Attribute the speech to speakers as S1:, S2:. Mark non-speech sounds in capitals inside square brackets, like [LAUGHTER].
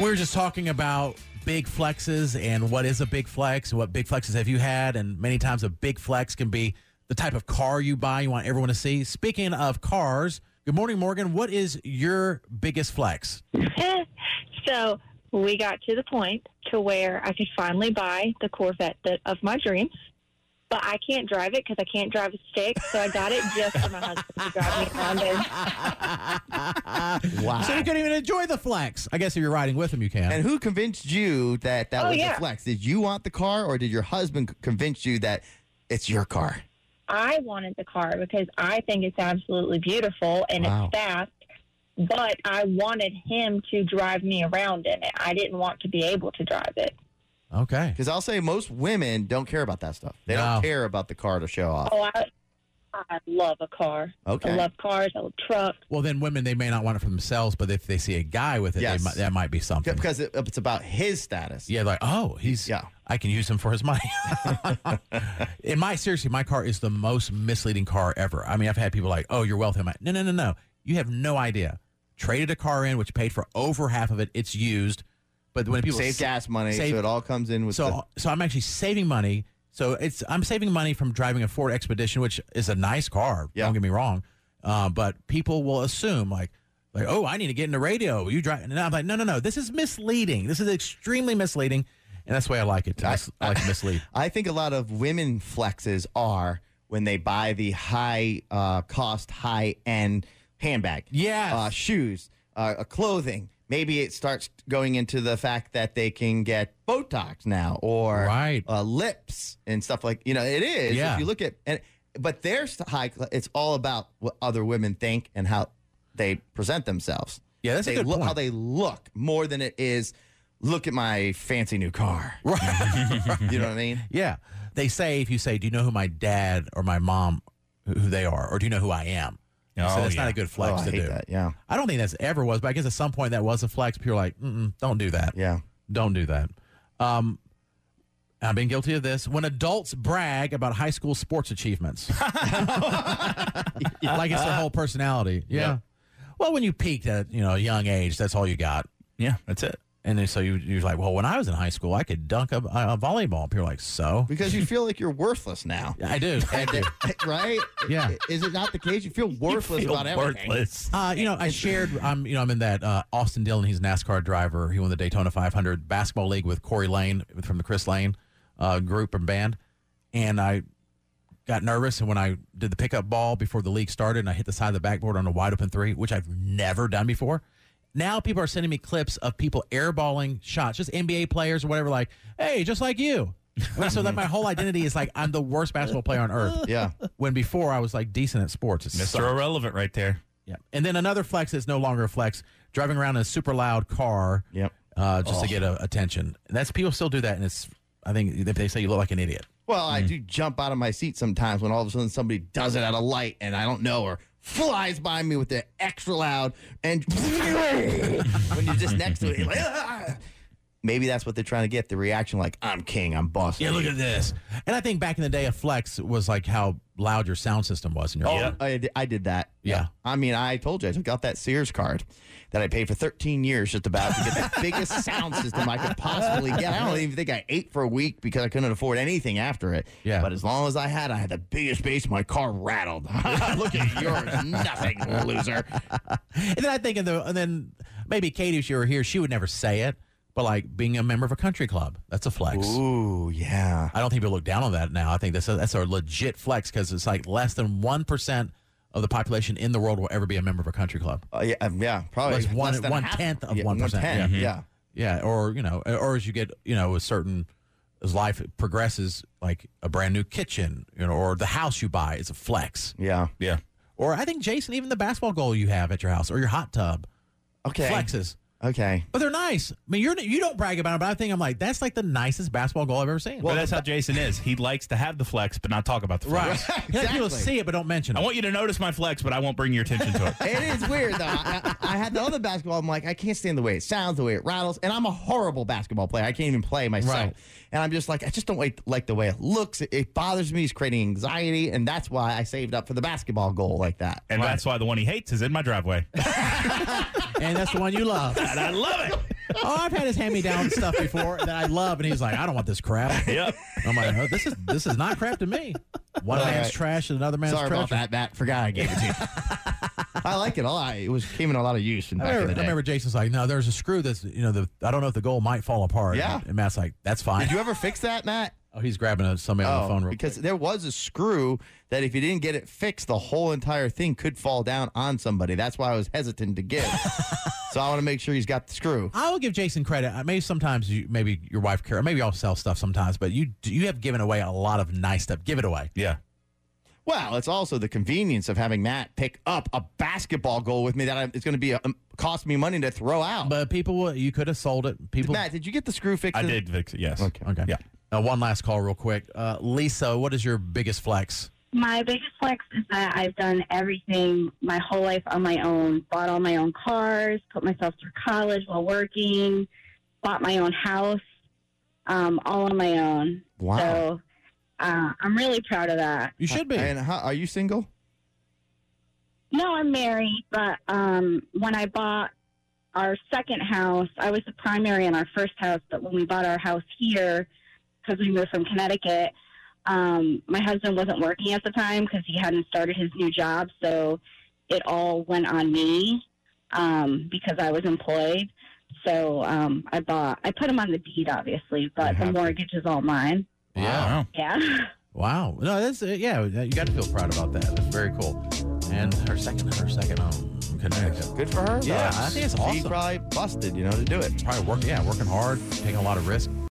S1: We were just talking about big flexes and what is a big flex, what big flexes have you had, and many times a big flex can be the type of car you buy you want everyone to see. Speaking of cars, good morning, Morgan. What is your biggest flex?
S2: [LAUGHS] so we got to the point to where I could finally buy the Corvette that, of my dreams, but I can't drive it because I can't drive a stick. So I got it just for my husband to drive me around.
S3: [LAUGHS]
S2: in.
S1: [LAUGHS]
S3: Wow.
S1: So you couldn't even enjoy the flex. I guess if you're riding with him, you can.
S3: And who convinced you that that
S2: Oh,
S3: was
S2: yeah.
S3: a flex? Did you want the car, or did your husband c- convince you that it's your car?
S2: I wanted the car because I think it's absolutely beautiful and
S3: Wow.
S2: it's fast, but I wanted him to drive me around in it. I didn't want to be able to drive it.
S1: okay.
S3: Because I'll say most women don't care about that stuff. They
S1: No.
S3: don't care about the car to show off.
S2: Oh, I, I love a car. I
S3: Okay.
S2: love cars. I love trucks.
S1: Well, then women, they may not want it for themselves, but if they see a guy with it,
S3: Yes.
S1: they might, that might be
S3: Yeah,
S1: something.
S3: Because it, it's about his status.
S1: Yeah, like, oh, he's,
S3: Yeah.
S1: I can use him for his money. [LAUGHS] In my, seriously, my car is the most misleading car ever. I mean, I've had people like, oh, you're wealthy. I'm like, no, no, no, no. You have no idea. Traded a car in, which paid for over half of it. It's used. But when people
S3: Save
S1: s-
S3: gas money,
S1: save-
S3: so it all comes in with the,
S1: so so I'm actually saving money. So it's I'm saving money from driving a Ford Expedition, which is a nice car.
S3: Yeah.
S1: Don't get me wrong, uh, but people will assume like like oh I need to get into radio. You drive and I'm like no no no this is misleading. This is extremely misleading, and that's the way I like it. I, s- I like to mislead.
S3: I think a lot of women flexes are when they buy the high uh, cost, high end handbag.
S1: Yes.
S3: Uh, shoes, uh, uh, clothing. Maybe it starts going into the fact that they can get Botox now or
S1: Right.
S3: uh, lips and stuff like you know it is.
S1: Yeah.
S3: If you look at and but their st- high, cl- it's all about what other women think and how they present themselves.
S1: Yeah, that's a
S3: they
S1: good
S3: look, How
S1: point.
S3: they look more than it is. Look at my fancy
S1: [LAUGHS]
S3: new car.
S1: Right.
S3: You know what I mean?
S1: yeah, they say if you say do you know who my dad or my mom who who they are or do you know who I am. You say,
S4: Oh,
S1: that's
S4: yeah.
S1: not a good flex
S3: oh, I
S1: to
S3: hate
S1: do.
S3: that. Yeah.
S1: I don't think that's ever was, but I guess at some point that was a flex. People are like, Mm-mm, don't do that.
S3: Yeah.
S1: Don't do that. Um, I've been guilty of this. When adults brag about high school sports
S4: [LAUGHS]
S1: achievements, like it's their whole personality. Yeah.
S3: Yeah.
S1: Well, when you peaked at you know a young age, that's all you got,
S4: Yeah, that's it.
S1: and then so you you're like, well, when I was in high school, I could dunk a, a volleyball. People are like,
S4: [LAUGHS]
S1: so
S3: Because you feel like you're worthless
S1: [LAUGHS]
S3: now.
S1: I do. Thank you.
S3: [LAUGHS] right?
S1: Yeah.
S3: Is it not the case? You feel worthless
S4: Feel
S3: about everything.
S4: worthless.
S1: Uh, you know, I shared. I'm, you know, I'm in that uh, Austin Dillon. He's a NASCAR driver. He won the Daytona 500 basketball league with Corey Lane from the Chris Lane uh, group and band. And I got nervous, and when I did the pickup ball before the league started, and I hit the side of the backboard on a wide open three, which I've never done before. Now people are sending me clips of people airballing shots, just NBA players or whatever. Like, hey, just like you. I mean, so that my whole identity is like I'm the worst basketball player on earth.
S3: Yeah.
S1: When before I was like decent at sports. It
S4: Mr.
S1: sucked.
S4: Irrelevant right there.
S1: Yeah. And then another flex that's no longer a flex, driving around in a super loud car
S3: Yep. Oh.
S1: uh, just to get uh attention. And that's people still do that. And it's, I think, if they say you look like an idiot.
S3: Well, I do jump out of my seat sometimes when all of a sudden somebody does it at a light and I don't know or flies by me with the extra loud and [LAUGHS] when you're just next to it, you're like, "Ah." maybe that's what they're trying to get the reaction like, I'm king, I'm boss.
S1: at this. And I think back in the day, a flex was like how loud your sound system was in your
S3: Oh,
S4: Yep.
S3: I, did- I did that.
S1: Yeah.
S3: I mean, I told you, I took out that Sears card that I paid for 13 years just about
S1: [LAUGHS]
S3: to get the biggest sound system I could possibly get. I don't even think I ate for a week because I couldn't afford anything after it.
S1: Yeah.
S3: But as long as I had, I had the biggest bass. My car rattled. [LAUGHS] Look
S1: [LAUGHS]
S3: at yours. Nothing, loser.
S1: And then I think, in the, and then maybe Katie, if she were here, she would never say it, but like being a member of a country club, that's a flex.
S3: Ooh, yeah.
S1: I don't think people look down on that now. I think that's a, that's a legit flex because it's like less than 1% of the population in the world will ever be a member of a country club.
S3: Uh, yeah, um, yeah, probably
S1: Less one-
S3: less than half.
S1: one-tenth of Mm-hmm.
S3: yeah,
S1: 1%,
S3: one-tenth, yeah.
S1: Yeah, or you know, or as you get, you know, a certain as life progresses, like a brand new kitchen, you know, or the house you buy is a flex.
S3: yeah,
S4: Yeah.
S1: Or I think Jason, even the basketball goal you have at your house or your hot tub,
S3: Okay,
S1: flexes.
S3: okay.
S1: But they're nice. I mean, you're you don't brag about it, but I think I'm like that's like the nicest basketball goal I've ever seen.
S4: Well, that's how Jason is. He likes to have the flex, but not talk about the
S1: [LAUGHS] [LAUGHS]
S4: flex.
S1: right? He likes people to
S3: exactly.
S1: see it but don't mention
S4: I
S1: it.
S4: want you to notice my flex, but I won't bring your attention to [LAUGHS] it.
S3: It is weird though. I, I I had the other basketball. I'm like, I can't stand the way it sounds, the way it rattles, and I'm a horrible basketball player. I can't even play myself.
S1: Right.
S3: And I'm just like, I just don't like, like the way it looks. It, it bothers me. It's creating anxiety, and that's why I saved up for the basketball goal like that.
S4: And that's why the one he hates is in my driveway.
S1: and that's the one you love.
S4: and I love it.
S1: oh, I've had his hand-me-down stuff before that I love, and he's like, I don't want this crap.
S4: Yep.
S1: I'm like, oh, this is this is not crap to me. One
S3: All
S1: man's
S3: right.
S1: trash and another man's
S3: Sorry
S1: trash.
S3: about that, Matt. Forgot I gave it to
S1: [LAUGHS]
S3: you. I like it a lot. It was came in a lot of use in
S1: I
S3: back
S1: remember,
S3: in
S1: I
S3: the day.
S1: remember Jason's like, no, there's a screw that's, you know, the I don't know if the goal might fall apart.
S3: Yeah.
S1: And Matt's like, that's fine.
S3: Did you ever fix that, Matt?
S1: oh, he's grabbing a, somebody on the phone. Real
S3: Oh, because there was a screw that if you didn't get it fixed, the whole entire thing could fall down on somebody. That's why I was hesitant
S1: [LAUGHS]
S3: to give. so I want to make sure he's got the screw.
S1: I will give Jason credit. Uh, Maybe sometimes you, maybe your wife care, maybe y'all sell stuff sometimes, but you you have given away a lot of nice stuff. Give it away.
S4: Yeah.
S3: Well, it's also the convenience of having Matt pick up a basketball goal with me that I, it's going to be a, um, cost me money to throw out.
S1: But people, will- you could have sold it. People,
S3: Matt, did you get the screw fixed?
S4: I did fix it. Yes.
S3: Okay.
S1: okay,
S4: Yeah.
S1: Uh, one last call, real quick. Uh, Lisa, what is your biggest flex?
S5: My biggest flex is that I've done everything my whole life on my own. Bought all my own cars, put myself through college while working, bought my own house, um, all on my own.
S3: Wow.
S5: So uh, I'm really proud of that.
S1: You should be.
S3: And how, are you single?
S5: No, I'm married, but um, when I bought our second house, I was the primary in our first house. But when we bought our house here, because we moved from Connecticut, um, my husband wasn't working at the time because he hadn't started his new job. So it all went on me um, because I was employed. So um, I bought, I put him on the deed, obviously, but the
S3: happened.
S5: mortgage is all mine.
S1: Yeah.
S4: Wow.
S5: Yeah. [LAUGHS]
S1: Wow. No, that's uh, yeah. You got to feel proud about that. That's very cool. And her second, her second home, in Connecticut.
S3: Good for her.
S1: Yeah, I think it's
S3: She
S1: awesome.
S3: probably busted, you know, to do it.
S1: Probably work. Yeah, working hard, taking a lot of risk.